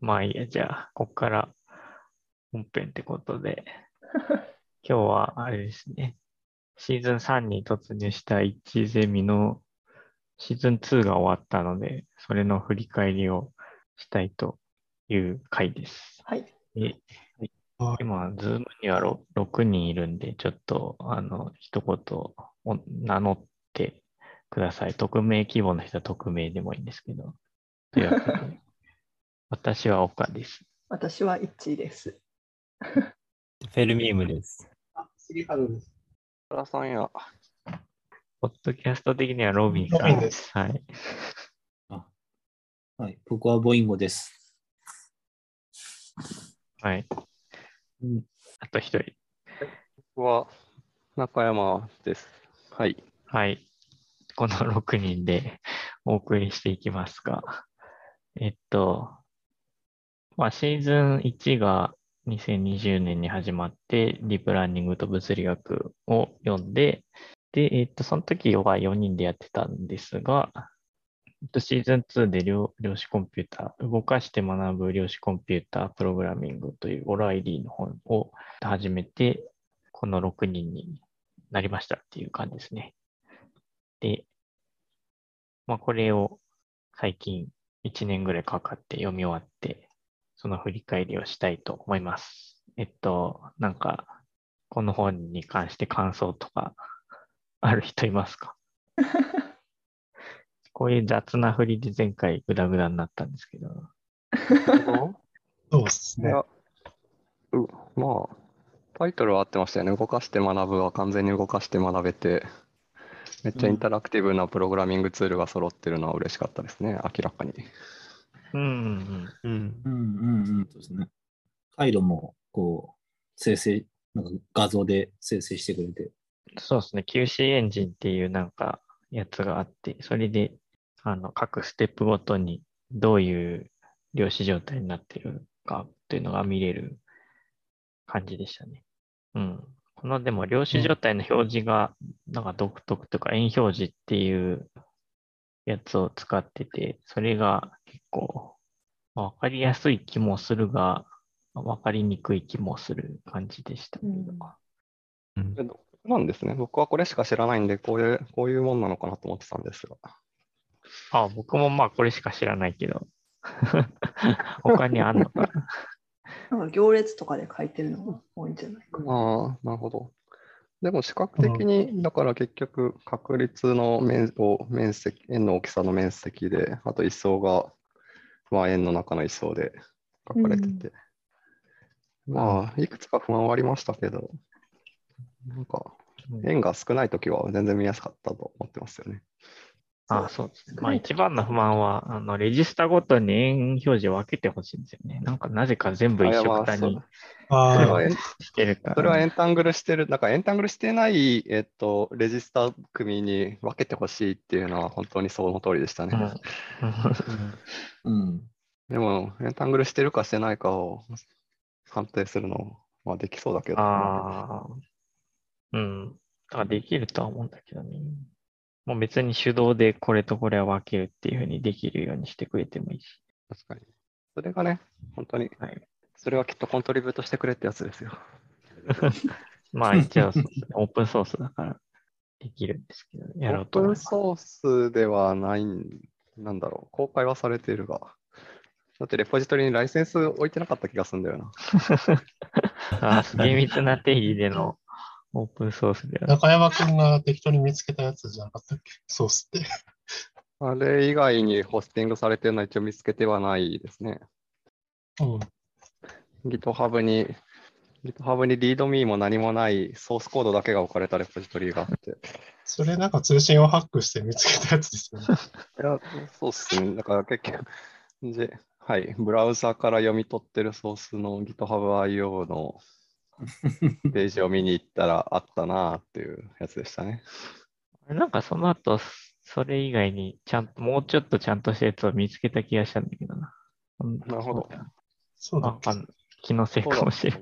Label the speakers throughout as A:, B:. A: まあいいや、じゃあ、ここから本編ってことで、今日はあれですね、シーズン3に突入した1ゼミのシーズン2が終わったので、それの振り返りをしたいという回です。
B: はい。
A: で
C: はい
A: 今、ズームにはろ6人いるんで、ちょっと、あの、一言を名乗ってください。匿名希望の人は匿名でもいいんですけど。というわけ で私は岡です。
B: 私は1位です。
D: フェルミウムです。
C: スリーハードです。
E: 原さんや。
A: ポッドキャスト的にはロビンさ
C: ロビ
A: ん
C: ン
A: で。
C: です
A: はい。
F: はい、僕はボインゴです。
A: はい。
F: うん
A: あと一人。
E: 僕は中山です。はい。
A: はい。この6人で お送りしていきますが、えっと、まあ、シーズン1が2020年に始まって、ディープラーニングと物理学を読んで、で、えっと、その時は4人でやってたんですが、えっと、シーズン2で量量子コンピューター、動かして学ぶ量子コンピュータープログラミングというオライリーの本を始めて、この6人になりましたっていう感じですね。で、まあ、これを最近1年ぐらいかかって読み終わって、その振り返りをしたいと思います。えっと、なんか、この本に関して感想とかある人いますかこういう雑な振りで前回グダグダになったんですけど、
C: そうです
E: い
C: ね。
E: や、うまあ、タイトルは合ってましたよね。動かして学ぶは完全に動かして学べて、めっちゃインタラクティブなプログラミングツールが揃ってるのは嬉しかったですね、明らかに。
A: うんうん
D: うん。
F: うんうんうん。そうですね。回路も、こう、生成、なんか画像で生成してくれて。
A: うん、そうですね、QC エンジンっていうなんかやつがあって、それであの各ステップごとにどういう量子状態になってるかっていうのが見れる感じでしたね。うん。このでも量子状態の表示がなんか独特というか円表示っていうやつを使ってて、それが結構まあわかりやすい気もするが、わかりにくい気もする感じでしたけど。
B: うん
D: うん
E: えどなんですね。僕はこれしか知らないんで、こういう、こういうもんなのかなと思ってたんですが。
A: あ、僕もまあこれしか知らないけど。 他にあんのかな
B: なんか行列とかで書いてるのが多いんじゃないかな。
E: ああ、なるほど。でも視覚的に、だから結局、確率の面を面積、円の大きさの面積で、あと位相が、まあ、円の中の位相で書かれてて、まあ、いくつか不安はありましたけど、なんか、円が少ないときは全然見やすかったと思ってますよね。
A: あ、そうですね。まあ一番の不満は、あの、レジスタごとに円表示を分けてほしいんですよね。なんかなぜか全部一緒くたに
E: あいやまあそうそれ
C: あ
E: は
C: あ、
E: 円
A: してるから。
E: それはエンタングルしてる、なんかエンタングルしてない、えっと、レジスタ組に分けてほしいっていうのは本当にその通りでしたね。
A: うん
F: うん。
E: でも、エンタングルしてるかしてないかを判定するのはできそうだけ ど。
A: ああ。うん。だからできるとは思うんだけどね。もう別に手動でこれとこれは分けるっていうふうにできるようにしてくれてもいいし。
E: 確かに。それがね、本当に、
A: はい
E: それはきっとコントリビュートしてくれってやつですよ。
A: まあ一応そうですね、オープンソースだからできるんですけど、やろうと
E: オー
A: 思い
E: プ
A: ま
E: ン
A: す。
E: ソースではないん、なんだろう、公開はされているが。だってレポジトリにライセンス置いてなかった気がするんだよな。
A: あー厳密な定義でのオープンソースでは。
C: 中山くんが適当に見つけたやつじゃなかったっけソースって。
E: あれ以外にホスティングされてるのは一応見つけてはないですね。
C: うん。
E: GitHub に、GitHub に ReadMe も何もないソースコードだけが置かれたレポジトリがあって。
C: それなんか通信をハックして見つけたやつですよね。
E: いや、そうっすね。だから結局、で、はい、ブラウザから読み取ってるソースの GitHubIO のページを見に行ったらあったなあっていうやつでした ね。
A: なんかその後、それ以外にちゃんと、もうちょっとちゃんとしたやつを見つけた気がしたんだけどな。
E: なるほど。
C: そうだ
A: わ
C: っけ
A: かんない。気のせい
E: そうだ
A: かもしれない。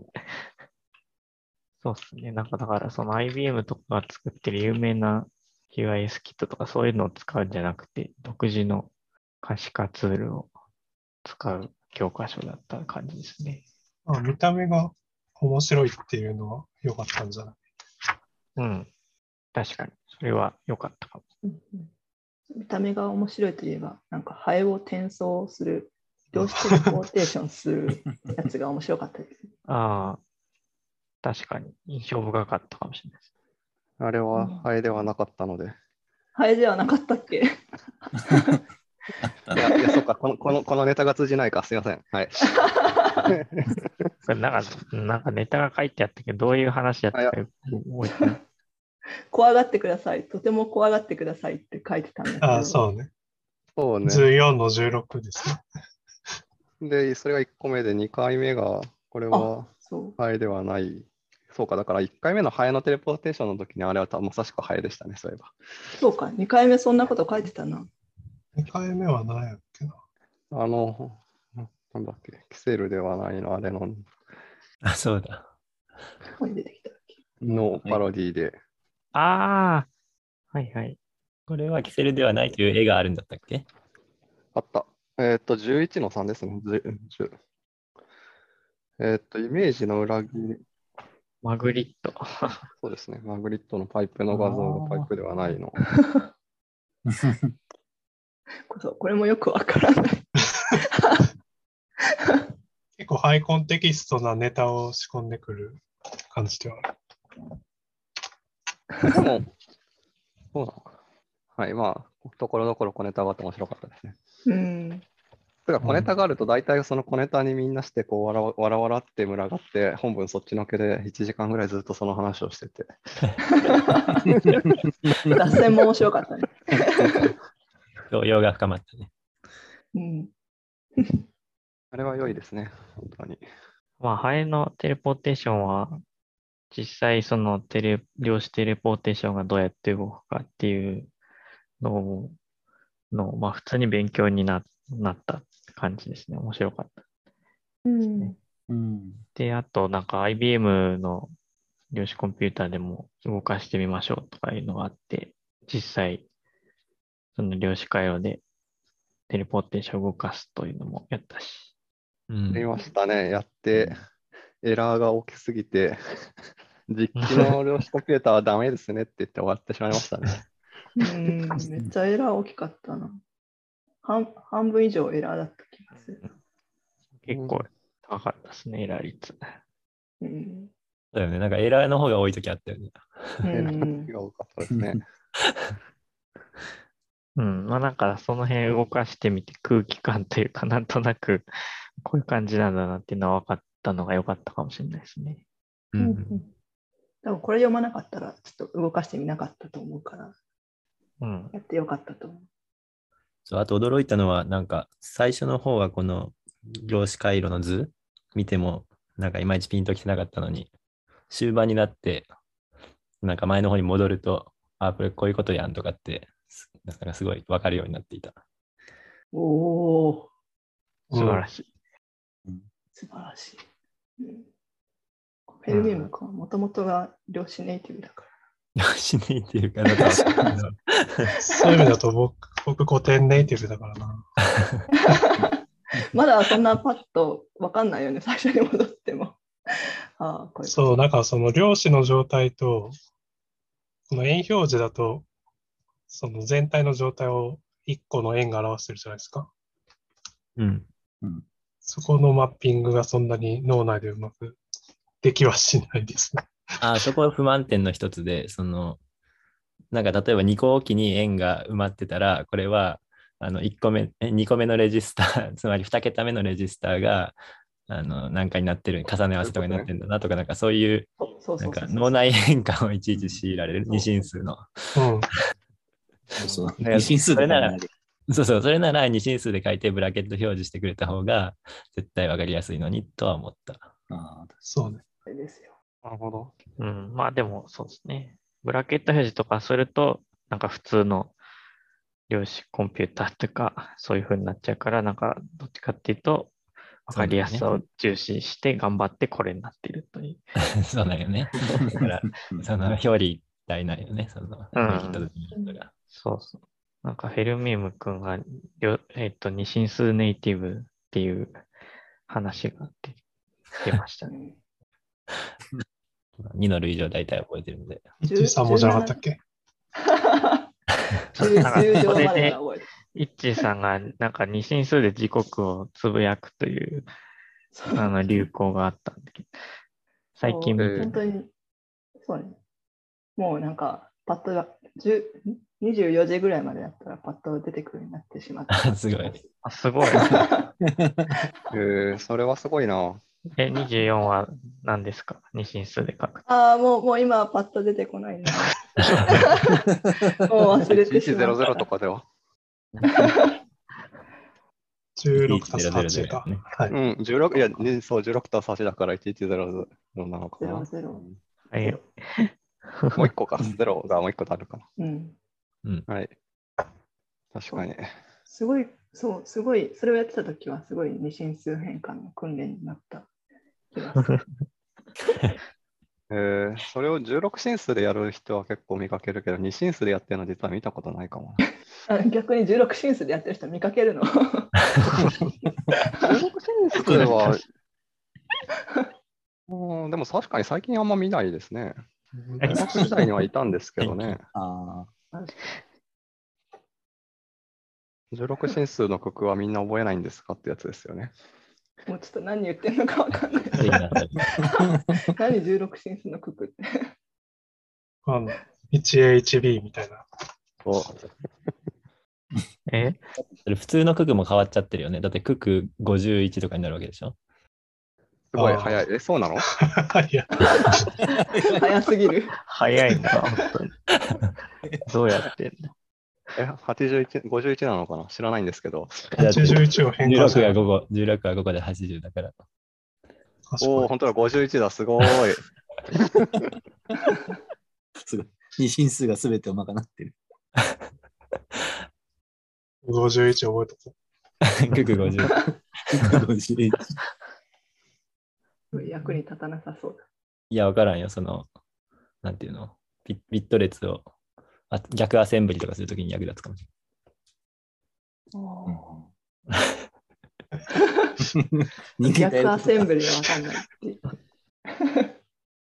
A: そうっすね。なんかだから、その IBM とかが作ってる有名な QIS キットとかそういうのを使うんじゃなくて、独自の可視化ツールを使う教科書だった感じですね。
C: まあ、見た目が面白いっていうのは良かったんじゃない
A: うん。確かに。それは良かったかも。
B: うんうん見た目が面白いといえば、なんかハエを転送する、どうしてもローテーションするやつが面白かった です。
A: ああ、確かに。印象深かったかもしれないです。
E: あれはハエではなかったので。
B: ハエではなかったっけ
E: いや、いやそうかこの、この、このネタが通じないか、すいません。はい。
A: これなんか、なんかネタが書いてあったけど、どういう話だったかよく覚えてない。
B: 怖がってください。とても怖がってくださいって書いてたんですけど。
C: ああ、そうね。
E: そうね。
C: 14の16ですね。
E: で、それが1個目で、2回目が、これは
B: そう。
E: ハエではない。そうか、だから1回目のハエのテレポーテーションの時に、あれはたまさしくハエでしたね、そういえ
B: そうか、2回目そんなこと書いてたな。
C: 2回目は何やっけな。
E: ば。あの、なんだっけ、キセルではないの、あれの、
D: あ、そうだ。
B: どこに出てきたっけ
E: のパロディで、
A: ああ、はいはい。
D: これはキセルではないという絵があるんだったっ け
E: あった。えーっと、11の3ですね。10 10えーっと、イメージの裏切り、
A: マグリット。
E: そうですね。マグリットのパイプの画像がパイプではないの。
B: こそうこれもよくわからない。
C: 結構ハイコンテキストなネタを仕込んでくる感じではある。
E: でも、そうなのかな。はい、まあ、ところどころ小ネタがあって面白かったですね。
B: うん。
E: てか、小ネタがあると、大体その小ネタにみんなして、こう、わらわわらわらって群がって、本文そっちのけで1時間ぐらいずっとその話をしてて、
B: 脱線も面白かったね。
D: 動揺が深まったね。
B: うん。
E: あれは良いですね、本当に。
A: まあ、ハエのテレポーテーションは、実際そのテレ、量子テレポーテーションがどうやって動くかっていうのをの、まあ、普通に勉強にななったって感じですね。面白かった。
B: うん。
F: うん。
A: で、あと、なんか IBM の量子コンピューターでも動かしてみましょうとかいうのがあって、実際、その量子回路でテレポーテーションを動かすというのもやったし。
D: う
E: やり
D: ん。
E: ましたね、やって、エラーが大きす ぎて、実機の量子コンピューターはダメですねって言って終わってしまいましたね。
B: うん、めっちゃエラー大きかったな。半半分以上エラーだった気がする。
A: 結構高かったですね、エラー率。
B: うん。
D: そうだよね。なんかエラーの方が多い時あったよね。
B: う
E: エラー
B: ん、
E: が多かったですね。
A: うん、まあなんかその辺動かしてみて空気感というかなんとなくこういう感じなんだなっていうのは分かったのが良かったかもしれないですね。
D: う
B: うんうん多分これ読まなかったら、ちょっと動かしてみなかったと思うから、
A: うん。
B: やってよかったと思う。
D: そうあと驚いたのは、なんか最初の方はこの量子回路の図見ても、なんかいまいちピンときてなかったのに、終盤になって、なんか前の方に戻ると、あ、これこういうことやんとかって、すなんかすごいわかるようになっていた。
B: おお、
A: 素晴らしい。
B: 素晴らしい。うん、フェルミウム君はもともとが量子ネイティブだか
D: 量子ネイティブかなんかわかんないけど
C: そういう意味だと僕、僕古典ネイティブだからな。
B: ら。まだそんなパッとわかんないよね、最初に戻っても。ああ、これ。
C: そう、なんかその量子の状態と、この円表示だと、その全体の状態を1個の円が表してるじゃないですか。
D: うん。
C: そこのマッピングがそんなに脳内でうまくできはしないですね。
D: あ、そこは不満点の一つで、その、なんか例えば2個おきに円が埋まってたら、これは、あの、1個目、え2個目のレジスター、 つまり2桁目のレジスターが、あの、なんかになってる、重ね合わせとかになってるんだなとか、なんかそういう、
B: そう
D: な
B: そ
D: ん
B: うそ
D: か
B: うそう
D: 脳内変換をいちいち強いられる、
B: そう
D: 二進数
C: う
D: の。
C: ん。
F: そうそう。
D: ね
F: 二進数で考える
D: そうそう、それなら二進数で書いてブラケット表示してくれた方が、絶対わかりやすいのに、とは思った。
F: ああ
C: そうね。
B: あれですよ。
E: なるほど。
A: うん。まあでもそうですね。ブラケット表示とかするとなんか普通の量子コンピューターとかそういう風になっちゃうからなんかどっちかっていうと分かりやすさを重視して頑張ってこれになっているという。
D: そうだ よね。だから、その表裏一体ないよね、その、
A: うん
D: ヒットとミットが。
A: そうそう。なんかフェルミウム君が、りょえっと、二進数ネイティブっていう話が出てました
B: う
A: ね。
B: ん
D: 2の類以上大体覚えてるんで。
C: 1、3文字なかったっけ
A: そ
B: 中中上
A: れ
B: まで
A: で
B: が覚えてる。
A: イッチーさんがなんか二進数で時刻をつぶやくという
B: そう
A: あの流行があったんだけど、最近
E: そう
A: 見て
B: 本当に、そうね。もうなんか、パッとが、10ん24時ぐらいまでだったら、パッと出てくるようになってしまった。
D: すごい。
A: あすごい。
E: えー、それはすごいな。
A: え、24は何ですか二進数で書く。
B: ああ、もう、もう今はパッと出てこないな。もう忘れてしまった。
E: 1100とかでは。
C: 16たす8か。
D: ね
C: は
E: う
C: い。
E: ん、16、いや、ねそう、16たす8だから1100なのかな。も
B: 00。
A: はい、
E: う一個か、0がもう一個あるか
B: うん。
E: な。はい。確かに。
B: すごい、そう、すごい、それをやってた時は、すごい二進数変換の訓練になった気がする。
E: えー、それを16進数でやる人は結構見かけるけど、2進数でやってるの実は見たことないかもな。
B: あ逆に16進数でやってる人見かけるの。
E: 16進数は、 うん、でも確かに最近あんま見ないですね。大学時代に はいたんですけどね。
F: あ
E: 16進数の曲はみんな覚えないんですかってやつですよね。
B: もうちょっと何言ってるのかわかんない。
D: ついになったり
B: 何16進数の九九って。
C: あの 1A1B みたいな。
A: え、
D: それ普通の九九も変わっちゃってるよね。だって九九51とかになるわけでしょ。
E: すごい早い。え、そうなの
C: いや、
B: 早すぎる。
A: 早いな、本当に。どうやってんの
E: え、81、51なのかな知らないんですけ ど。
D: だって
C: 81を変換す
D: 16が
C: る。
D: 5個、16が5個で80だから。
E: おお、
C: 確か
E: 本当だ、51だ、すご ーい。
F: あ、すごい。二進数が全てを賄ってる。
C: に51覚えとこ
D: 九九50。
F: 51
B: 役に立たなさそう
D: いや、わからんよ。その、なんていうのビビット列をあ逆アセンブリとかするときに役立つかもしれ
B: だ。
F: 人間
B: 逆アセンブリがわかんないっていう。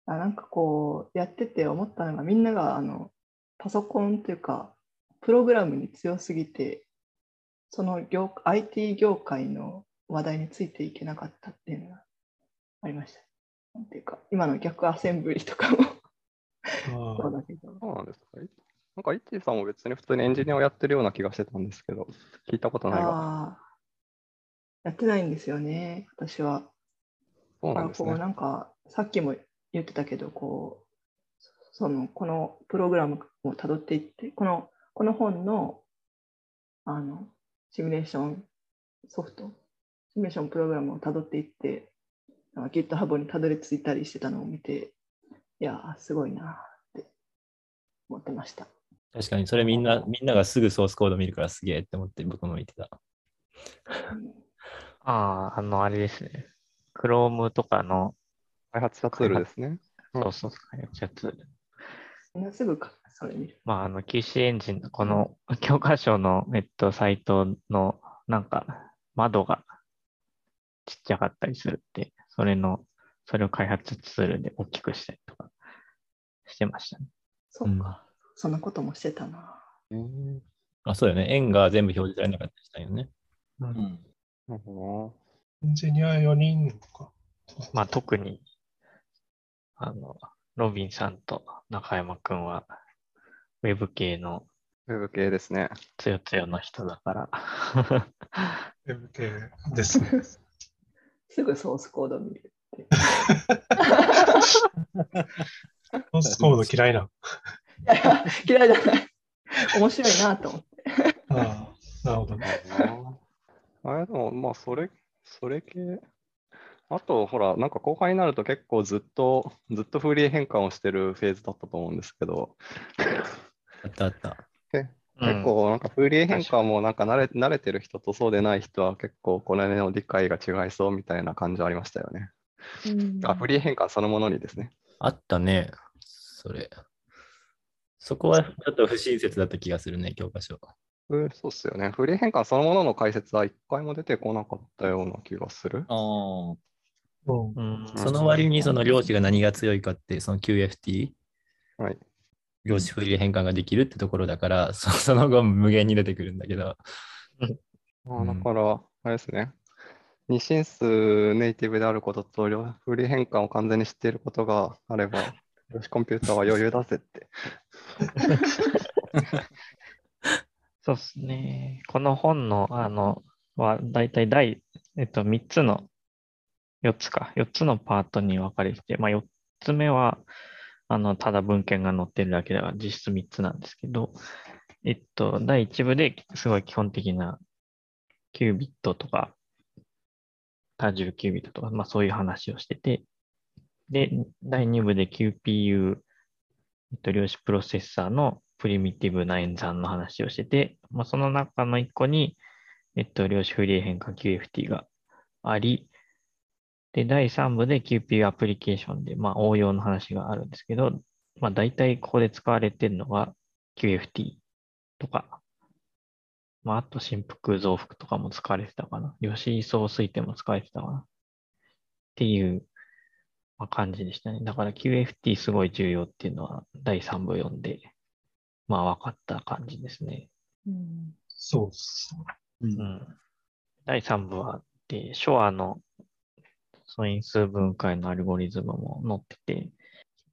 B: あなんかこうやってて思ったのがみんながあのパソコンというかプログラムに強すぎてその業 IT 業界の話題についていけなかったっていうのがありました。なんていうか今の逆アセンブリとかもそう
C: う。
B: だけど。
E: そうなんですかなんか、イッチーさんも別に普通にエンジニアをやってるような気がしてたんですけど、聞いたことないわ。
B: あーやってないんですよね私は。
E: そうなん
B: あ
E: です
B: こう
E: ね。
B: なんかさっきも言ってたけどこうそのこのプログラムをたどっていってこのこの本のあのシミュレーションソフトシミュレーションプログラムをたどっていってなんか GitHub にたどり着いたりしてたのを見ていやーすごいなーって思ってました
D: ん。確かに、それみんな、みんながすぐソースコード見るからすげえって思って僕も見てた。
A: ああ、あの、あれですね。Chrome とかの、
E: 開発者ツールですね。
A: そうそう、やつ。
B: みんなすぐかそれ見る
A: まあ、あの、QC エンジンのこの教科書の、えっと、サイトの、なんか、窓がちっちゃかったりするって、それの、それを開発ツールで大きくしたりとかしてましたね。
B: そうか、そんなこともしてたな
E: うん
D: あ、そうだよね。円が全部表示されなかったりしたよね。
F: うん
E: なるほ
C: エンジニア4人か。
A: まあ、特に、あの、ロビンさんと中山くんは、ウェブ系の
E: どな。ウェブ系ですね。
A: つよつよの人だから、
C: M 系ですね。
B: すぐソースコード見る
C: ソースコード嫌いな。
B: いやいや嫌いじゃない面白いなと思って
C: ああ、なる ほどね。
E: なるほどなあれでも、まあ、それ、それ系。あと、ほら、なんか後輩になると結構ずっと、ずっとフリー変換をしてるフェーズだったと思うんですけど、
D: あったあった。
E: 結構なんかフーリー変換もなんか慣れ慣れてる人とそうでない人は結構この辺の理解が違いそうみたいな感じはありましたよね。あフリー変換そのものにですね。
D: あったね。それ。そこはちょっと不親切だった気がするね、教科書。
E: うんそうっすよね。フリー変換そのものの解説は一回も出てこなかったような気がする。
F: ああ、
C: うん。
A: うん
D: その割にその量子が何が強いかって、その QFT、
E: はい。
D: 量子フリー変換ができるってところだから、 そその後無限に出てくるんだけど、
E: あ
D: う
E: あ
D: ん
E: だから、あれですね。二進数ネイティブであることと、両フリー変換を完全に知っていることがあれば、量子コンピューターは余裕だぜって。
A: そうですね。この本の、あの、は、だいたい第、えっと、3つの、4つか、4つのパートに分かれてて、まあ、4つ目は、あの、ただ文献が載ってるだけだから、実質3つなんですけど、えっと、第1部ですごい基本的な、キュービットとか、多重キュービットとか、まあ、そういう話をしてて、で、第2部で QPU、えっと、量子プロセッサーのプリミティブな演算の話をしてて、まあ、その中の一個に、えっと、量子フリー変換 QFT があり、で、第3部で QP アプリケーションで、まあ、応用の話があるんですけど、まあ、大体ここで使われてるのが QFT とか、まあ、あと振幅増幅とかも使われてたかな。量子位相推定も使われてたかな。っていうまあ感じでしたね。だから QFT すごい重要っていうのは第3部読んで、まあ分かった感じですね。
B: うん
C: そうっす。
F: う。
A: うんん。第3部は、で、ショアの素因数分解のアルゴリズムも載ってて、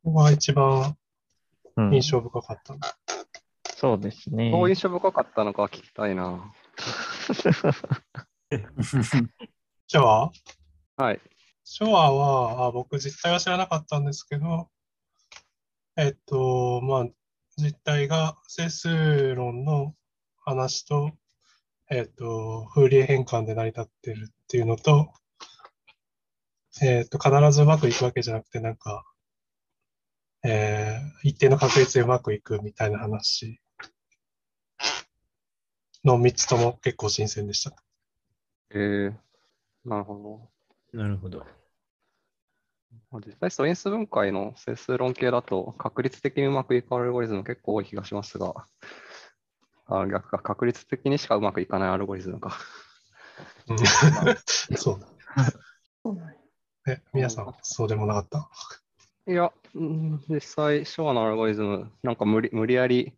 C: ここが一番
A: うん、
C: 印象深かったな。
A: そうですね。
E: どう印象深かったのか聞きたいな。
C: ショア
E: はい。
C: ショアは、あ僕実態は知らなかったんですけど、えっと、まあ、実態が整数論の話と、えっと、フーリエ変換で成り立ってるっていうのと、えっと、必ずうまくいくわけじゃなくて、なんか、えー一定の確率でうまくいくみたいな話の3つとも結構新鮮でした。
E: えー、なるほ
D: なるほど。
E: ど。実際、素因数分解の整数論系だと、確率的にうまくいくアルゴリズム結構多い気がしますが、あ逆か、確率的にしかうまくいかないアルゴリズムか。
C: うんそう
B: そうなんや
C: え、皆さん、そうでもなかった。
E: いや、うん実際、ショアのアルゴリズム、なんか無理無理やり、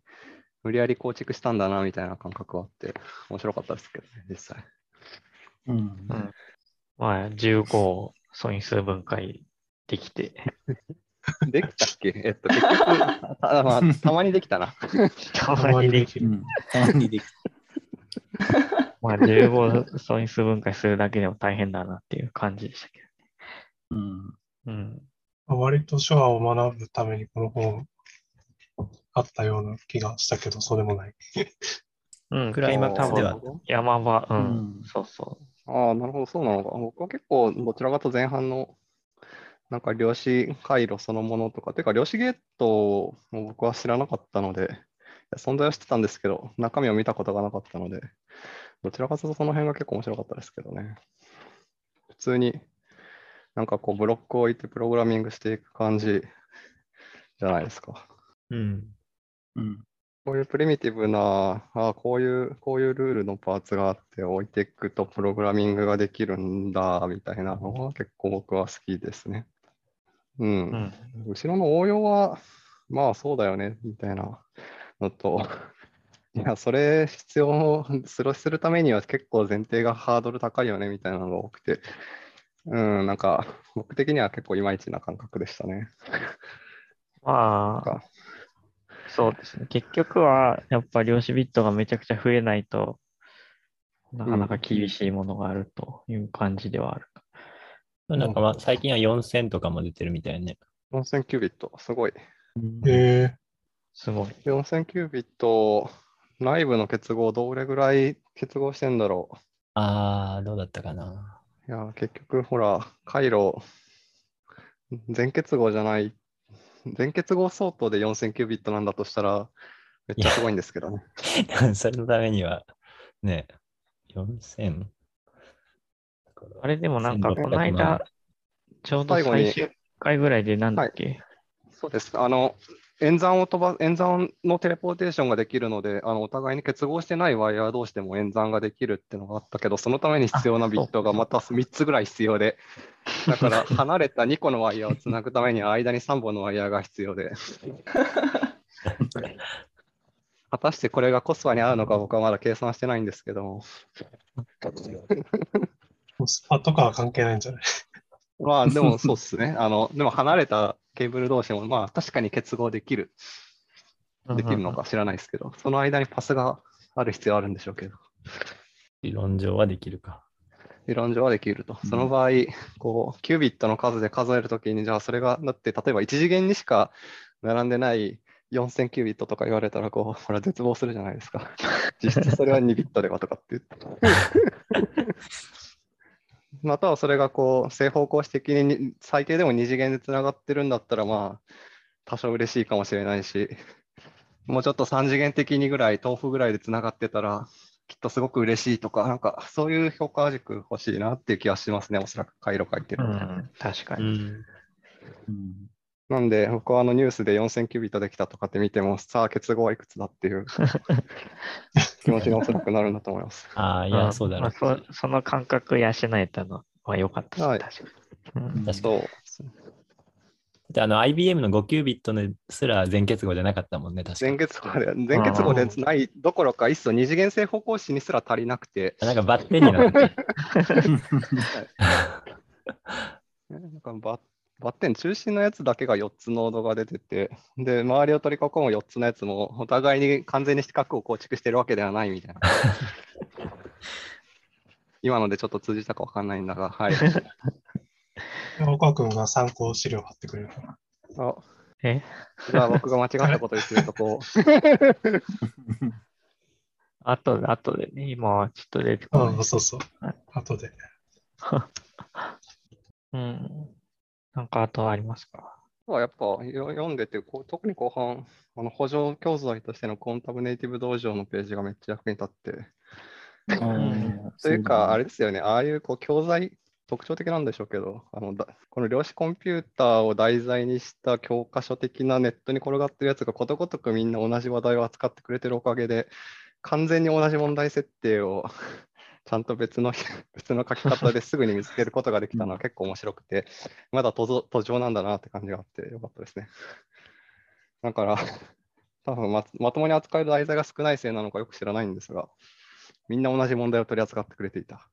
E: 無理やり構築したんだなみたいな感覚はあって、面白かったですけどね、実際。
F: うん
A: うん まあ、15を素因数分解できて、
E: できたっけえっと、結局、たた まあたまにできたな。
A: たまにでき
F: う。ん。たまにでき
A: まあ、15素因数分解するだけでも大変だなっていう感じでしたけ
F: うん。
A: ど。うん。
C: 割と手話を学ぶためにこの本あったような気がしたけど、そうでもない。
A: うん、
D: クライマックスでは
A: 多分山場、うん、
F: うん
A: そうそ
E: ああ、なるほど、そうなのか。僕は結構、どちらかというと前半の、なんか量子回路そのものとか、てか量子ゲートも僕は知らなかったので、存在は知ってたんですけど、中身を見たことがなかったので、どちらかというとその辺が結構面白かったですけどね。普通に、なんかこう、ブロックを置いてプログラミングしていく感じじゃないですか。
D: うん。
F: うん。
E: こういうプリミティブな、あこういう、こういうルールのパーツがあって置いていくとプログラミングができるんだ、みたいなのは結構僕は好きですね。う
A: う。
E: ん。
A: うん。
E: 後ろの応用は、まあそうだよね、みたいなのと、いや、それ必要、それをするためには結構前提がハードル高いよね、みたいなのが多くて、うん、なんか僕的には結構いまいちな感覚でしたね。
A: ま
E: なん
A: あ
E: か、
A: そうですね。結局は、やっぱ量子ビットがめちゃくちゃ増えないと、なかなか厳しいものがあるという感じではある。
D: なんかまあ最近は4000とかも出てるみたいね。
E: 4000キュービット、すごい。
C: え
A: すごい。
E: 4000キュービット、内部の結合、どれぐらい結合してんだろ
D: ああ、どうだったかな。
E: う。いや、結局、ほら、回路、全結合じゃない、全結合相当で4000キュービットなんだとしたら、めっちゃすごいんですけどね。
D: それのためには、ね、4000? だから
A: あれでもなんか、
D: 1600
A: この間、ちょうど
E: 最後に
A: 最終回ぐらいでなんだっけ、
E: そうです。あの、演算を飛ば、演算のテレポーテーションができるので、あのお互いに結合してないワイヤー同士でも演算ができるっていうのがあったけど、そのために必要なビットがまた3つぐらい必要で、だから離れた2個のワイヤーをつなぐためには間に3本のワイヤーが必要で、果たしてこれがコスパに合うのか僕はまだ計算してないんですけども、
C: コスパとかは関係ないんじゃない
E: まあでもそうっすね。あの、でも離れたケーブル同士も、まあ確かに結合できる、できるのか知らないですけど、その間にパスがある必要あるんでしょうけど、
D: 理論上はできるか。
E: 理論上はできると。その場合、こう、キュービットの数で数えるときに、じゃあそれが、だって例えば1次元にしか並んでない4000キュービットとか言われたら、こう、ほら絶望するじゃないですか。実質それは2ビットではとかって言って。またはそれがこう正方向指的に最低でも二次元でつながってるんだったらまあ多少嬉しいかもしれないしもうちょっと三次元的にぐらい豆腐ぐらいでつながってたらきっとすごく嬉しいとかなんかそういう評価軸欲しいなっていう気はしますねおそらく回路書いて
A: う
E: ると、
A: ん、確か
D: う
A: に。
D: ん。
F: うん
E: なんで僕はあのニュースで4000キュービットできたとかって見てもさあ結合はいくつだっていう気持ちがおそらくなるんだと思い ます
D: ああ、い
A: ん
D: や、そうだ
A: ま
D: ろ
A: あ
D: う。
A: そ。その感覚養えたのは良かったです、
E: はい
A: 確かに。うん
F: うん
E: そう
D: で、あの IBM の5キュービットですら全結合じゃなかったもんね、確か
E: 全結合で全結合でないどころかいっそ二次元正方向子にすら足りなくて
D: なんかバッテンになって て
E: ねなんかバッバッテン中心のやつだけが4つノードが出てて、で、周りを取り囲む4つのやつも、お互いに完全に四角を構築してるわけではないみたいな。今のでちょっと通じたかわかんないんだが、はい。
C: 岡君が参考資料を貼ってくれるから。
E: あ
A: え
E: じゃあ僕が間違ったことにすると、こう、
A: あと、あとでね、今はちょっと出てこない
C: ああ、そうそう
A: はい。
C: 後で。
A: うん。なんかあとはありますか
E: 今日はやっぱよ読んでて、こう特に後半、あの補助教材としてのコンタブネイティブ道場のページがめっちゃ役に立って、
A: ん
E: というか、あれですよね、ああいうこう教材、特徴的なんでしょうけど、あのだこの量子コンピューターを題材にした教科書的なネットに転がってるやつがことごとくみんな同じ話題を扱ってくれてるおかげで、完全に同じ問題設定をちゃんと別の別の書き方ですぐに見つけることができたのは結構面白くて、まだ途上途上なんだなって感じがあってよかったですね。だから、多分ままともに扱える題材が少ないせいなのかよく知らないんですが、みんな同じ問題を取り扱ってくれていた。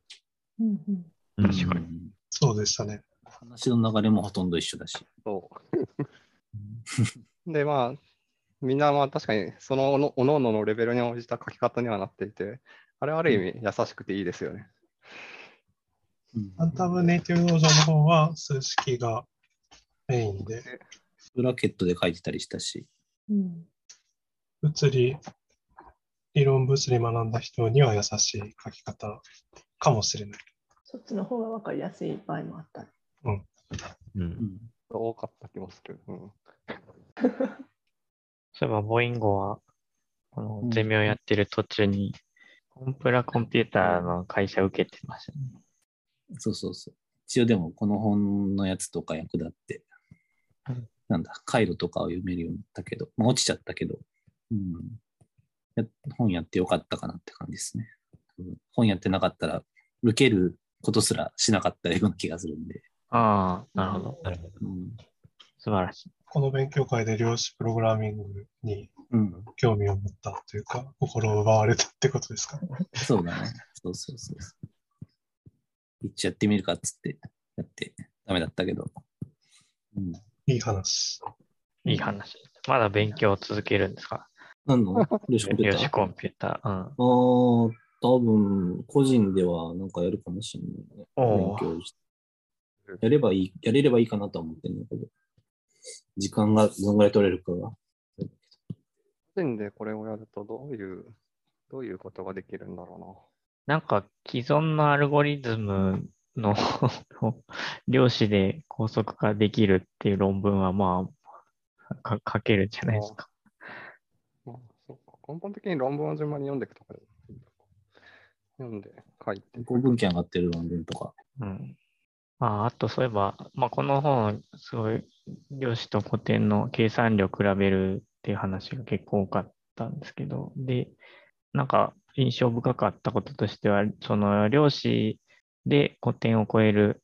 B: うんうん
D: うん
A: 確かに
F: に。
C: そうでしたね。
F: 話の流れもほとんど一緒だし。
E: そうで、まあ、みんなまあ確かにそのおのおのおののレベルに応じた書き方にはなっていて、あれはある意味優しくていいですよね。
C: アンタブネイティブ道場の方は数式がメインで、
F: ブラケットで書いてたりしたし。
B: うん
C: 物理、理論物理学んだ人には優しい書き方かもしれない。
B: そっちの方が分かりやすい場合もあったね。
D: うん。
E: 多かった気もする。うん、
A: そういえば、ボインゴは、こ
F: う
A: の
F: ん
A: ゼミをやってる途中に、コンプラコンピューターの会社受けてましたね。
F: そうそうそう。一応でもこの本のやつとか役立って
A: うん、
F: なんだ、回路とかを読めるようになったけど、まあ、落ちちゃったけど、うんや本やってよかったかなって感じですね。うん本やってなかったら、受けることすらしなかったような気がするんで。
A: ああ、なるほど。
D: なるほど。
F: うん。
A: 素晴らしい。
C: この勉強会で量子プログラミングに
F: うん、
C: 興味を持ったというか、心を奪われたってことですかね。
F: そうだね。そうそうそうそう。一応やってみるかっつって、やってダメだったけど。うん。
C: いい話。
A: いい話。まだ勉強を続けるんですか
F: 何の量子コンピ
A: 量
F: ュータ
A: 子
F: ー
A: コンピューター。うん。
F: ああ、多分、個人ではなんかやるかもしれないね。
A: おー
F: 勉強しやればいい、やれればいいかなとは思ってるんだけど、時間がどのぐらい取れるかが。
E: 個人でこれをやるとどういう、どういうことができるんだろ
A: なんか既存のアルゴリズムの 量子で高速化できるっていう論文はまあか書けるんじゃないですか。
E: うな。まあ、そうか根本的に論文を順番に読んでいくとかで読んで書いて。
F: 公文献上がってる論文とか。
A: うん。まあ、あとそういえば、まあこの本すごい量子と古典の計算量比べるっていう話が結構多かったんですけど、で、なんか印象深かったこととしては、その量子で古典を超える、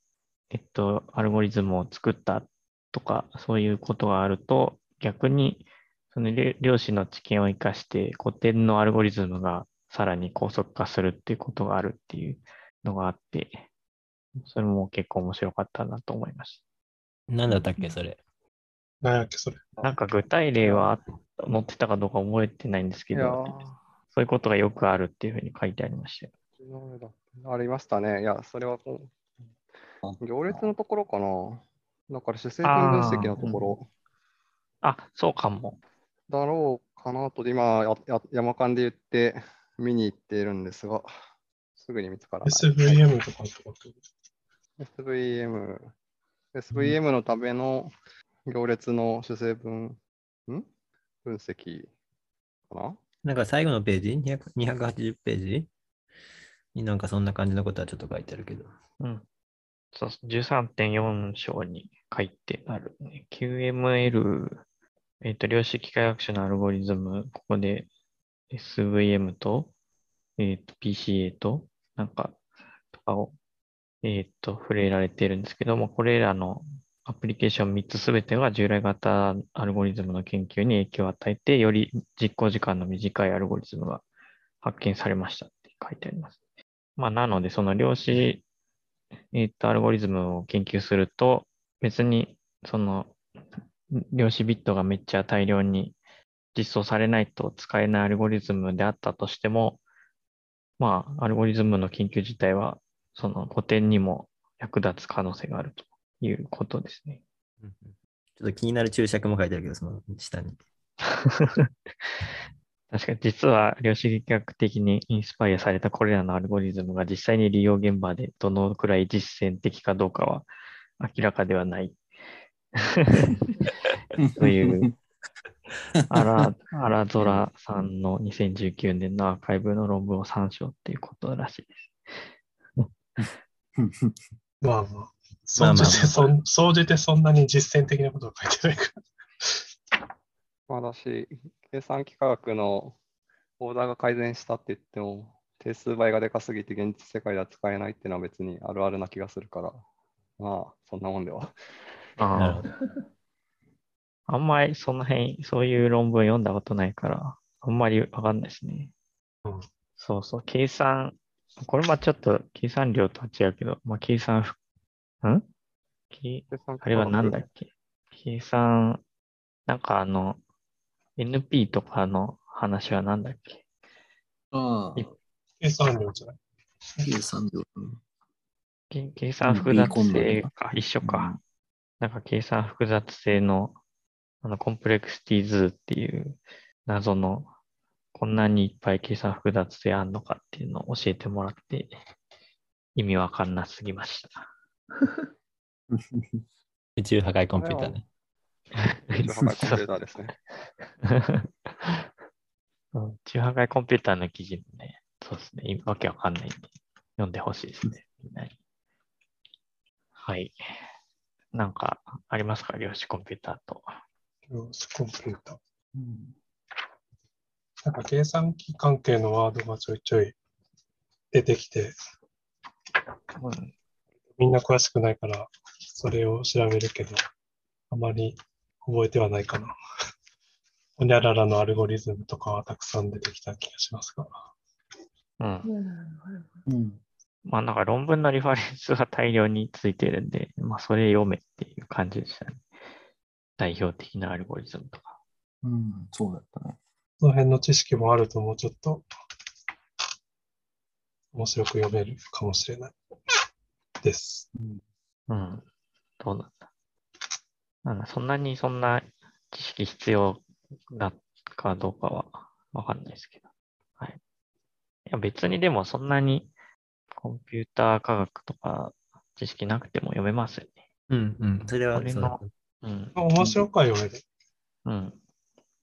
A: えっと、アルゴリズムを作ったとか、そういうことがあると、逆に、その量量子の知見を生かして、古典のアルゴリズムがさらに高速化するっていうことがあるっていうのがあって、それも結構面白かったなと思いまし
D: なんだったっけ、それ。
C: 何やっけ、それ。
A: た。なんか具体例は載ってたかどうか覚えてないんです
E: い
A: け
E: やー
A: ど、そういうことがよくあるっていうふうに書いてありましたよ。
E: ありましたね。いや、それはこう行列のところかな。だから主成分分析のところ
A: あ、そうかも。
E: だろうかなと、今、やや山間で言って見に行っているんですが、すぐに見つからない。
C: SVM とかってこと
E: SVM、SVM のための行列の主成分、ん分析かな
D: なんか最後のページ、200 280ページになんかそんな感じのことはちょっと書いてあるけど。
A: うん。そうそう、13.4章に書いてあるね。QML、えっ、と、量子機械学習のアルゴリズム、ここで SVM と、えっ、と、PCA と、なんか、とかを、えっ、と、触れられているんですけども、これらのアプリケーション3つすべてが従来型アルゴリズムの研究に影響を与えて、より実行時間の短いアルゴリズムが発見されましたって書いてあります。まあ、なので、その量子えっと、アルゴリズムを研究すると、別に、その、量子ビットがめっちゃ大量に実装されないと使えないアルゴリズムであったとしても、まあ、アルゴリズムの研究自体は、その古典にも役立つ可能性があるということですね。
D: ちょっと気になる注釈も書いてあるけど、その下に。
A: 確かに実は量子力学的にインスパイアされたこれらのアルゴリズムが実際に利用現場でどのくらい実践的かどうかは明らかではない。という。あら、 あらぞらさんの2019年のアーカイブの論文を参照っていうことらしいです。
C: まあまあ。
D: まあ
C: 総
D: まあ
C: じてそん、総じてそんなに実践的なことは書いてないから。
E: まあだし、計算機科学のオーダーが改善したって言っても、定数倍がでかすぎて現実世界では使えないっていうのは別にあるあるな気がするから、まあ、そんなもんでは。
D: な
A: あ
D: るほど。
A: あんまりその辺、そういう論文読んだことないから、あんまりわかんないですね。
C: うん
A: そうそう、計算、これまあちょっと計算量とは違うけど、まあ計算ふ、ん計
E: 計算機科学
A: あれはなんだっけ計算、なんかあの、NP とかの話はなんだっけ
F: ああ、
C: 計算量じゃない。
F: 計算量。
A: け計算複雑性か、一緒
F: う
A: か
F: ん。
A: なんか計算複雑性の、あの、コンプレクシティ図っていう謎の、こんなにいっぱい計算複雑性あんのかっていうのを教えてもらって、意味わかんなすぎました。
D: 宇宙破壊コンピューターね。
E: 宇宙破壊コンピューターですね。
A: うん中破壊コンピューターの記事もね、そうですね、わけわかんないんで、読んでほしいですね、みんなに。はい。なんか、ありますか量子コンピューターと。
C: 量子コンピューター。
F: うん
C: なんか計算機関係のワードがちょいちょい出てきて、
A: うん
C: みんな詳しくないから、それを調べるけど、あまり覚えてはないかな。 ほにゃららのアルゴリズムとかはたくさん出てきた気がしますが。
A: うん。
F: うん
A: まあなんか論文のリファレンスが大量についてるんで、まあそれ読めっていう感じでしたね。代表的なアルゴリズムとか。
F: うん、そうだったね。
C: その辺の知識もあるともうちょっと面白く読めるかもしれないです。
A: うん。どうなんだ。なんだそんなにそんな知識必要だかどうかはわかんないですけど。はい。いや別にでもそんなにコンピューター科学とか知識なくても読めますよね。
D: うんうん。それは
A: これ
D: そうだ
A: の。うん。
C: 面白くは読める。
A: うん。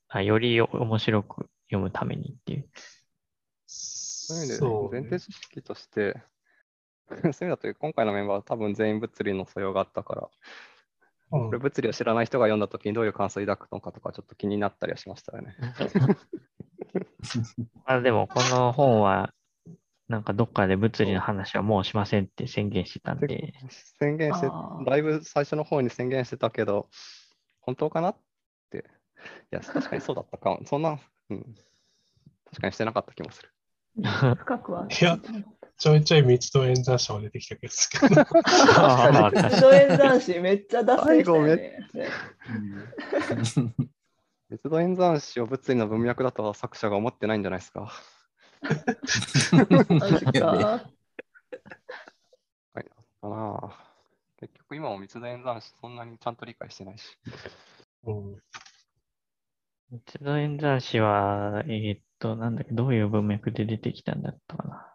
A: あより面白く読むためにっていう。
E: そういう意味で、
C: そう
E: 前提知識と して、そういう意味だと今回のメンバーは多分全員物理の素養があったから、
C: うん
E: これ物理を知らない人が読んだ時にどういう感想を抱くのかとかちょっと気になったりはしましたよね。
A: まあでも、この本は、なんかどっかで物理の話はもうしませんって宣言してたんで、
E: 宣言して
B: あー、
E: だいぶ最初の方に宣言してたけど、本当かなって。い や、確かにそうだったかも。そんな、うん。確かにしてなかった気もする。
B: 深くは。
C: いやちょいちょい道と演算者は出てきたけどすけど、
A: あー
B: ド演算子めっちゃ出せたよね。
E: 密度演算子を物理の文脈だとは作者が思ってないんじゃないですか。
B: マジか。
E: かなあ結局今も密度演算子そんなにちゃんと理解してないし。
C: うん、
A: 一度演算子は、えーっと、なんだっけ、どういう文脈で出てきたんだったかな。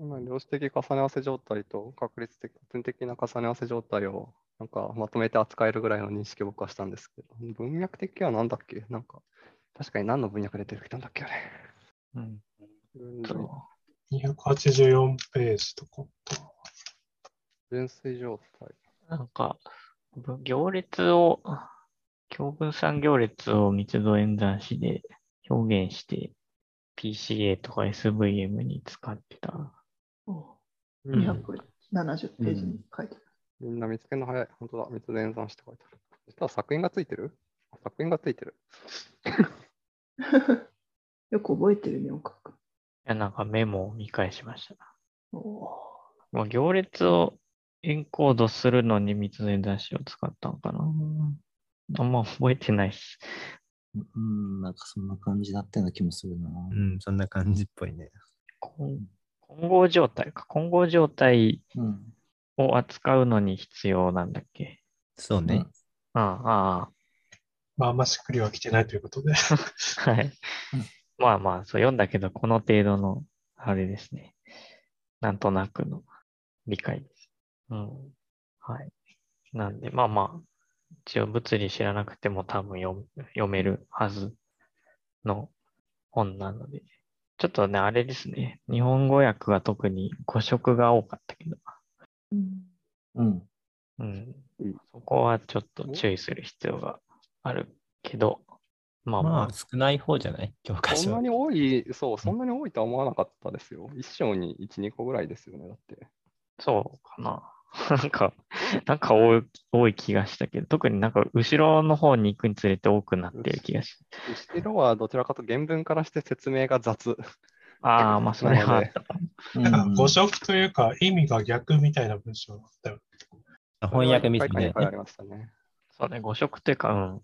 E: まあ量子的重ね合わせ状態と確率的、普的な重ね合わせ状態をなんかまとめて扱えるぐらいの認識を僕はしたんですけど、文脈的には何だっけなんか、確かに何の文脈で出てきたんだっけあれ。
A: うん、
E: 分類
A: そう。
C: 284ページとかと
E: 純粋状態。
A: なんか、ぶ行列を、教分散行列を密度演算子で表現して、PCA とか SVM に使ってた。
E: うん
B: 270ページに書いてある。
E: みんな見つけるの早い。本当だ。密度演算子って書いてある。実は作品がついてるあ作品がついてる。
B: よく覚えてるね、岡君
A: いや、なんかメモを見返しました。
B: おー
A: まあ、行列をエンコードするのに密度演算子を使ったのかな。あんま覚えてないし。
F: うん、なんかそんな感じだったような気もするな。
D: うん、そんな感じっぽいね。
A: 混混合状態か。混合状態
F: うん。
A: を扱うのに必要なんだっけ。
D: そうね。
A: ああ、ああ、
C: まあ、あんましっくりは来てないということで、
A: はい。まあまあ、そう読んだけど、この程度の、あれですね。なんとなくの理解です。うん。はい。なんで、まあまあ、一応物理知らなくても多分読む読めるはずの本なので。ちょっとね、あれですね。日本語訳が特に誤色が多かったけど、
B: うん
F: うん。
A: うん
E: うん。
A: そこはちょっと注意する必要があるけど、まあまあ
D: まあ、、少ない方じゃない教科
E: そん
D: 書
E: な。に多い、そう、そんなに多いとは思わなかったですよ。一章に1、2個ぐらいですよね。だって。
A: そうかな。 なんか、なんか多い多い気がしたけど、特になんか後ろの方に行くにつれて多くなってる気がし
E: 後ろはどちらかと原文からして説明が雑。
A: ああ、まあそれはあったかも。
C: なんか誤色というか意味が逆みたいな文章だったよ。
D: あ翻訳ミス
E: いっぱいい
D: ね
E: っ。ぱいありましたね。
A: そうね、誤色というか、うん、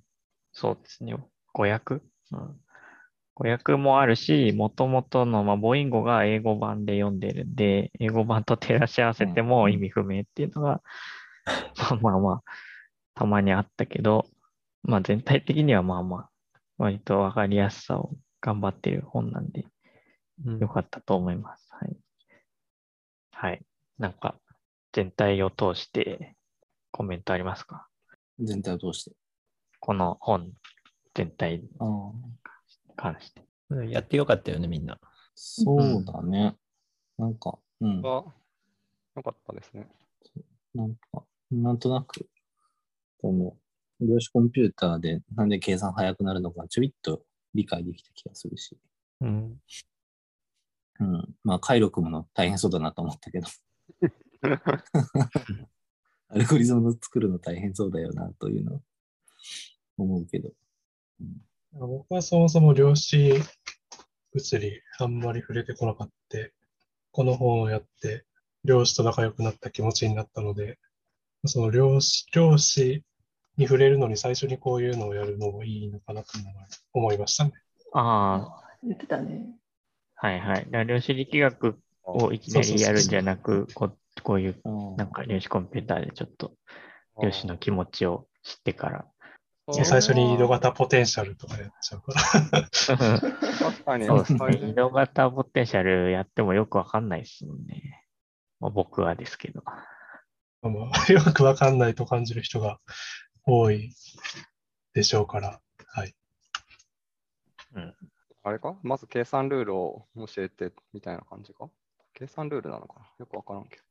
A: そうですね、誤訳、うん、誤訳もあるし、もともとの、まあ、母音語が英語版で読んでるんで、英語版と照らし合わせても意味不明っていうのが、 まあまあまあ、たまにあったけど、まあ全体的にはまあまあ、割とわかりやすさを頑張ってる本なんで、
D: うん
A: よかったと思います。はい。はい。なんか、全体を通してコメントありますか
F: 全体を通して。
A: この本全体に
F: ああ、
A: 関して。
D: うんやってよかったよね、みんな。
F: そうだね。なんか、うん。
E: が、よかったですね。
F: なんか、なんとなく、この、量子コンピューターでなんで計算早くなるのか、ちょびっと理解できた気がするし。
A: うん。
F: うん。まあ、回路組むの大変そうだなと思ったけど。 アルゴリズムを作るの大変そうだよな、というのは思うけど。
C: 僕はそもそも量子物理あんまり触れてこなかった。この本をやって量子と仲良くなった気持ちになったので、その量子、量子に触れるのに最初にこういうのをやるのもいいのかなと思いましたね。
A: あ
B: 言ってたね。
A: あ、はいはい。だから量子力学をいきなりやるんじゃなく、ここういう、
F: あ
A: なんか量子コンピューターでちょっと量子の気持ちを知ってから。
C: そう最初に移動型ポテンシャルとかやっちゃうから。
A: そ
E: 確かに、
A: うです
E: 最初
A: ね。移動型ポテンシャルやってもよくわかんないですもんね。まあ、僕はですけど。
C: まあよくわかんないと感じる人が多いでしょうから。はい。
E: あれかまず計算ルールを教えてみたいな感じか計算ルールなのかなよくわからんけど。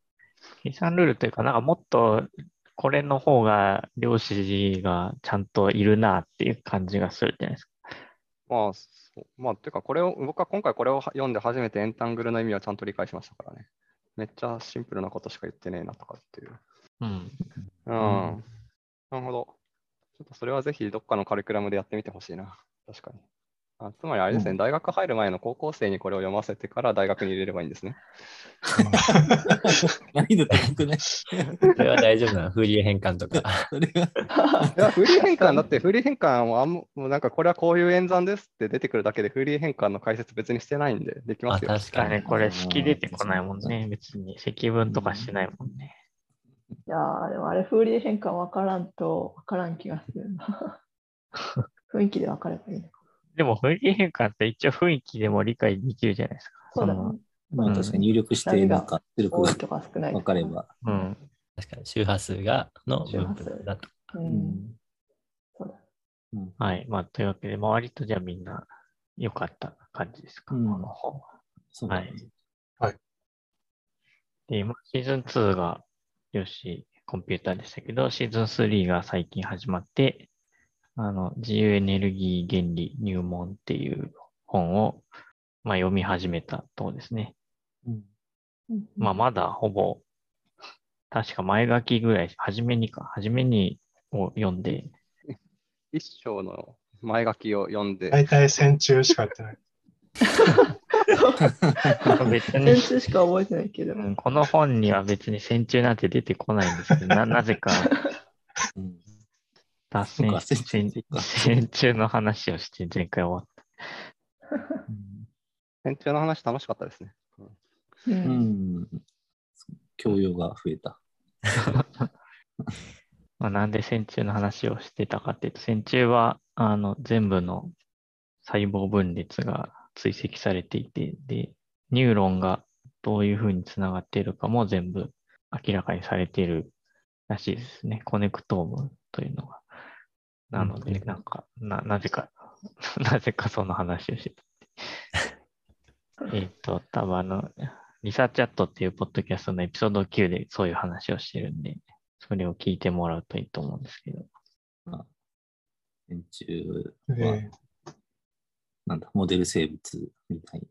A: 計算ルールというか、なんかもっとこれの方が量子がちゃんといるなっていう感じがするじゃないですか。
E: まあ、そうまあ、てか、これを、僕は今回これを読んで初めてエンタングルの意味をちゃんと理解しましたからね。めっちゃシンプルなことしか言ってねえなとかっていう。
A: うん。
E: うん。
A: ん
E: なるほど。ちょっとそれはぜひどっかのカリキュラムでやってみてほしいな。確かに。あつまりあれですね、大学入る前の高校生にこれを読ませてから大学に入れればいいんですね。
F: 難易度高 くない
D: それは大丈夫なの。風流変換とか。
F: それは。
E: いや、フリー変換だって、フリー変換はあんま、もうなんかこれはこういう演算ですって出てくるだけで、フリー変換の解説別にしてないんで、できま
D: あ、
E: すよ。
D: 確
A: だ
D: か
A: からね、
D: に。
A: これ式出てこないもんね。別に積分とかしてないもんね。
B: いやーでもあれ、風鈴変換分からんと分からん気がするな。雰囲気で分かればいいのか。
A: でも雰囲気変換って一応雰囲気でも理解できるじゃないですか。
B: そうだ
A: の
B: ね。
F: まあ確かに入力して、なんか出力
B: 多
F: が
B: いとか少ないと
F: 分かれ。ば。
A: うん。
D: 確かに。周波数が、の分布だと。
B: う。
F: うん
B: そうだ。
F: うん
A: はい。まあ、というわけで、まあ、割とじゃあみんな良かった感じですか、
F: うん
A: この本は。
F: そうだね
A: はいで、今、シーズン2が、よし、コンピューターでしたけど、シーズン3が最近始まって、あの、自由エネルギー原理入門っていう本を、まあ、読み始めたとこですね。
F: うん
B: うん
A: まあ、まだほぼ、確か前書きぐらい、初めにか、初めにを読んで、
E: 一章の前書きを読んで、
C: 大体線中しかやってない。
A: 別
B: 全
A: に
B: 中しか覚えてないけど
A: う。んこの本には別に線虫なんて出てこないんですけど、 ななぜか
F: うん
A: 脱線して
F: そ
A: 線
F: っか
A: 線虫の話をして前回終わっ
E: 編中の話楽しかったですね。
B: う。
F: うんん。教養が増えた。
A: まあ、なんで線虫の話をしてたかっていうと、線虫はあの全部の細胞分裂が追跡されていて、で、ニューロンがどういうふうにつながっているかも全部明らかにされているらしいですね。コネクトームというのが。なので、
D: うん
A: なんか、な、なぜか、 なぜかその話をしてた。えっと、多分あの、リサーチャットっていうポッドキャストのエピソード9でそういう話をしてるんで、それを聞いてもらうといいと思うんですけど。
F: 線虫は
C: で、
F: なんだ、モデル生物みたい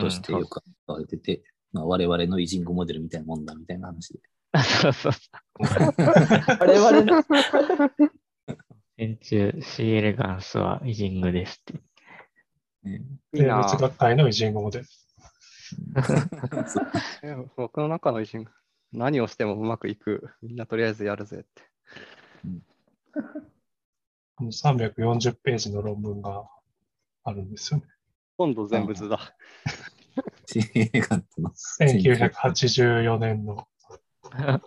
F: としてよく使われてて、まあ、我々のイジングモデルみたいなもんだみたいな話 で。
A: そうそうそう。
B: 我々の。
A: 線中 C エレガンスはイジングですって。
F: ね
E: いい
C: 生
E: な
C: 物
E: ぁ
C: 学会の偉人語モデル。
F: そう
E: え僕の中の維新、何をしてもうまくいく、みんなとりあえずやるぜって。
C: この340ページの論文があるんですよね。
E: ほとんど全部図だ。
F: 知らなかったな
C: 1984年 の
F: うん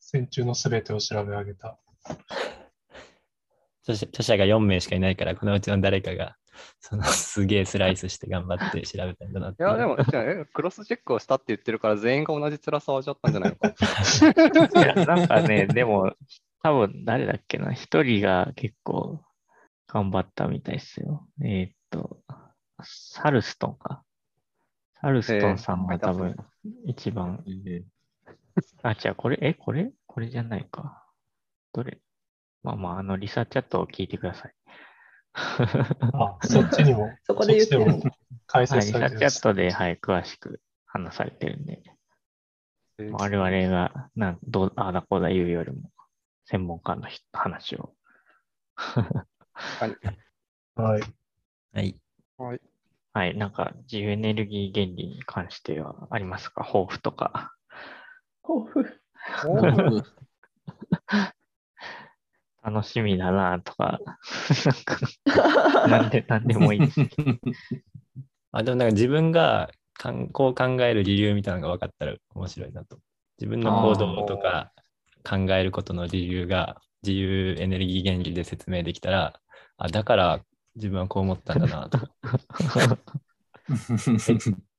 C: 線虫のすべてを調べ上げた。
D: 著者著者が4名しかいないから、このうちの誰かが、そのすげえスライスして頑張って調べたんだなって
E: い
D: いう。
E: や、でも、じゃあえクロスチェックをしたって言ってるから、全員が同じ辛さを味わったんじゃないのか。
A: いや、なんか ね、でも、多分誰だっけな、一人が結構頑張ったみたいですよ。えーっと、サルストンか。サルストンさんが多
E: へ
A: 分
E: ー
A: 一番、
F: ええ
A: あ、違う、これ、え、これこれじゃないか。どれまあまあ、あの、リサーチャットを聞いてください。
C: あ、そっちにも、
B: そこで言ってる
C: そっちでも解
A: はい、
C: 説
A: リ
C: さ
A: サ
C: れ
A: ー
C: て
A: チ
C: る
A: チャットで、はい、詳しく話されてるんで、
E: え
A: 我々が、なん、どう、ああだこうだ言うよりも、専門家の人話を。
C: はい。
D: はい。
E: はい。
A: はい、なんか、自由エネルギー原理に関してはありますか抱負とか。
B: 抱負。
A: 楽しみだなと か、なんか、なんで、なんでもいいです。
D: あ、でもなんか自分がかんこう考える理由みたいなのが分かったら面白いなと。自分の行動とか考えることの理由が自由エネルギー原理で説明できたら、あ、だから自分はこう思ったんだな とか。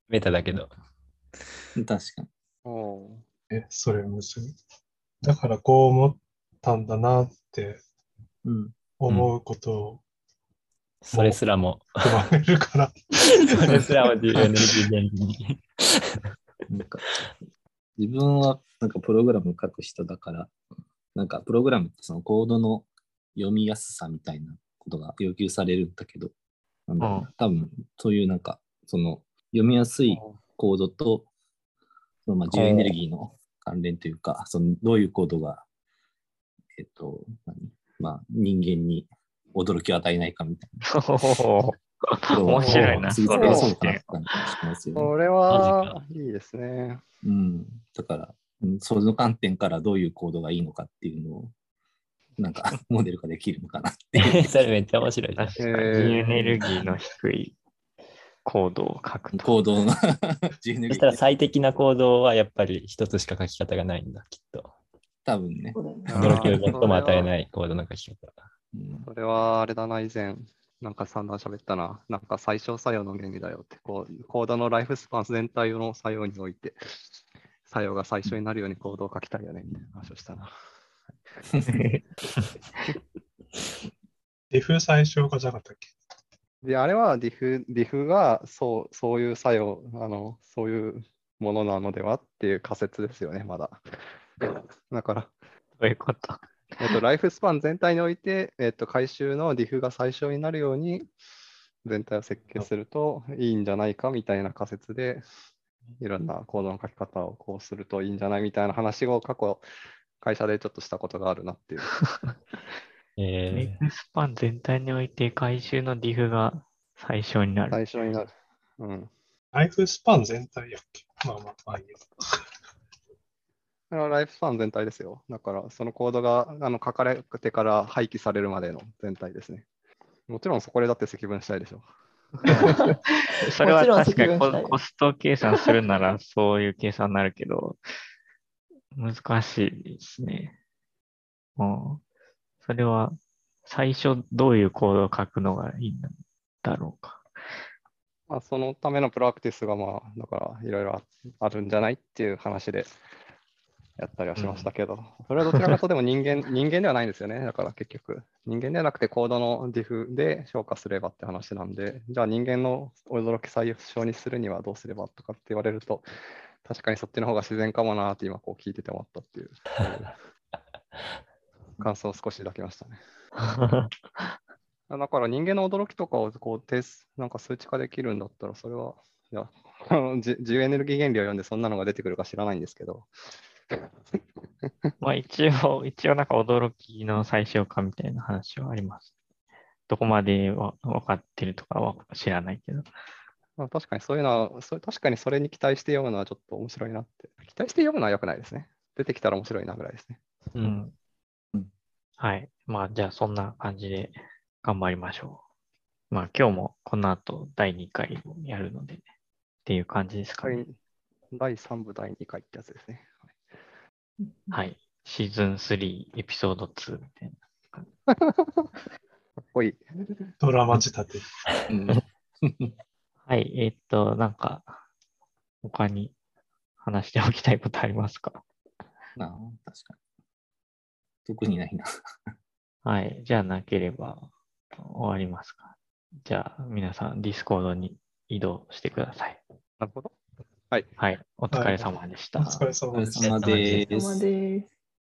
D: メタだけど。
F: 確かに。
E: おー
C: え、それ結び。だからこう思ったんだなって
F: うん。
C: 思うことを
D: それすらも、
C: 含まれ るから、
D: それすらも自由エネルギー原理に。
F: なんか自分はなんかプログラム書く人だから、なんかプログラムってそのコードの読みやすさみたいなことが要求されるんだけど、なんだろうな多分そういうなんか、その読みやすいコードと、そのまあ自由エネルギーの関連というか、そのどういうコードが、えっ、と、何まあ人間に驚きを与えないかみたいな。
A: おー 面白いな。
F: 次
A: そ
F: 々
A: れ
F: そうかなって感じがしますよね。
E: これはいいですね。
F: うん、だから、うん、その観点からどういう行動がいいのかっていうのを、なんか モデル化できるのかなっていう。
D: それめっちゃ面白いじゃん。
A: 確かに、エネルギーの低いコードを書くと。
F: 行動の 自由
D: そ
F: に
D: したら最適な行動はやっぱり一つしか書き方がないんだ、きっと。
F: 多分ね
B: そ。うだよね
E: あー
D: 驚きを最も与えない行動の書き方。
F: うん
E: それはあれだな、以前、なんか散々喋ったな、なんか最小作用の原理だよって、こう、コードのライフスパン全体の作用において、作用が最小になるようにコードを書きたいよね、みたいな話をしたな。
C: ディフ最小化じゃなかったっけ
E: で、あれはディフ、ディフがそう、そういう作用、あの、そういうものなのではっていう仮説ですよね、まだ。だから、
A: そういうこと。
E: えっと、ライフスパン全体において、えっと、回収のディフが最小になるように全体を設計するといいんじゃないかみたいな仮説で、いろんなコードの書き方をこうするといいんじゃないみたいな話を過去、会社でちょっとしたことがあるなっていう。
D: え
A: スパン全体において回収のディフが最小になる。
E: 最小になる。うん。
C: ライフスパン全体やっけまあまあ、まあいいよ。
E: それはライフスパン全体ですよ。だから、そのコードがあの書かれてから廃棄されるまでの全体ですね。もちろんそこでだって積分したいでしょ。
A: それは
B: もちろん
A: 確かに
B: 責任は
A: コ
B: ない
A: コスト計算するならそういう計算になるけど、難しいですね。うん。それは最初どういうコードを書くのがいいんだろう か。
E: まあ、そのためのプラクティスが、まあ、だから、いろいろああるんじゃないっていう話でやったりはしましたけど、それはどちらかとでも人間、人間ではないんですよね。だから結局、人間ではなくてコードの diff で消化すればって話なんで、じゃあ人間の驚き最小にするにはどうすればとかって言われると、確かにそっちの方が自然かもなーって今こう聞いてて思ったっていう、そういう感想を少し抱きましたね。だから人間の驚きとかをこう定数なんか数値化できるんだったら、それは、いや、 あのじ自由エネルギー原理を読んでそんなのが出てくるか知らないんですけど、
A: まあ一応、一応なんか驚きの最小化みたいな話はあります。どこまでわ分かってるとかは知らないけど。
E: まあ、確かにそういうのはそれ、確かにそれに期待して読むのはちょっと面白いなって。期待して読むのは良くないですね。出てきたら面白いなぐらいですね。
D: ーう、
A: うんん
F: うん。
A: はい。まあ、じゃあそんな感じで頑張りましょう。まあ、今日もこの後第2回をやるので、っていう感じですかね。
E: 第3部、第2回ってやつですね。
A: はい。シーズン3、エピソード2みたいな。
E: かっこいい。
C: ドラマ仕立て。
F: うん
A: はい。えーっと、なんか、他に話しておきたいことありますか
F: なあ確かに。特にないな。
A: はい。じゃあなければ終わりますか。じゃあ皆さん、ディスコードに移動してください。
E: なるほど。
A: はい。お疲れ様でした。
C: お疲れ様
F: お疲
C: で
F: れ
C: した。
F: 様で
B: お疲れ
F: す
B: 様。です。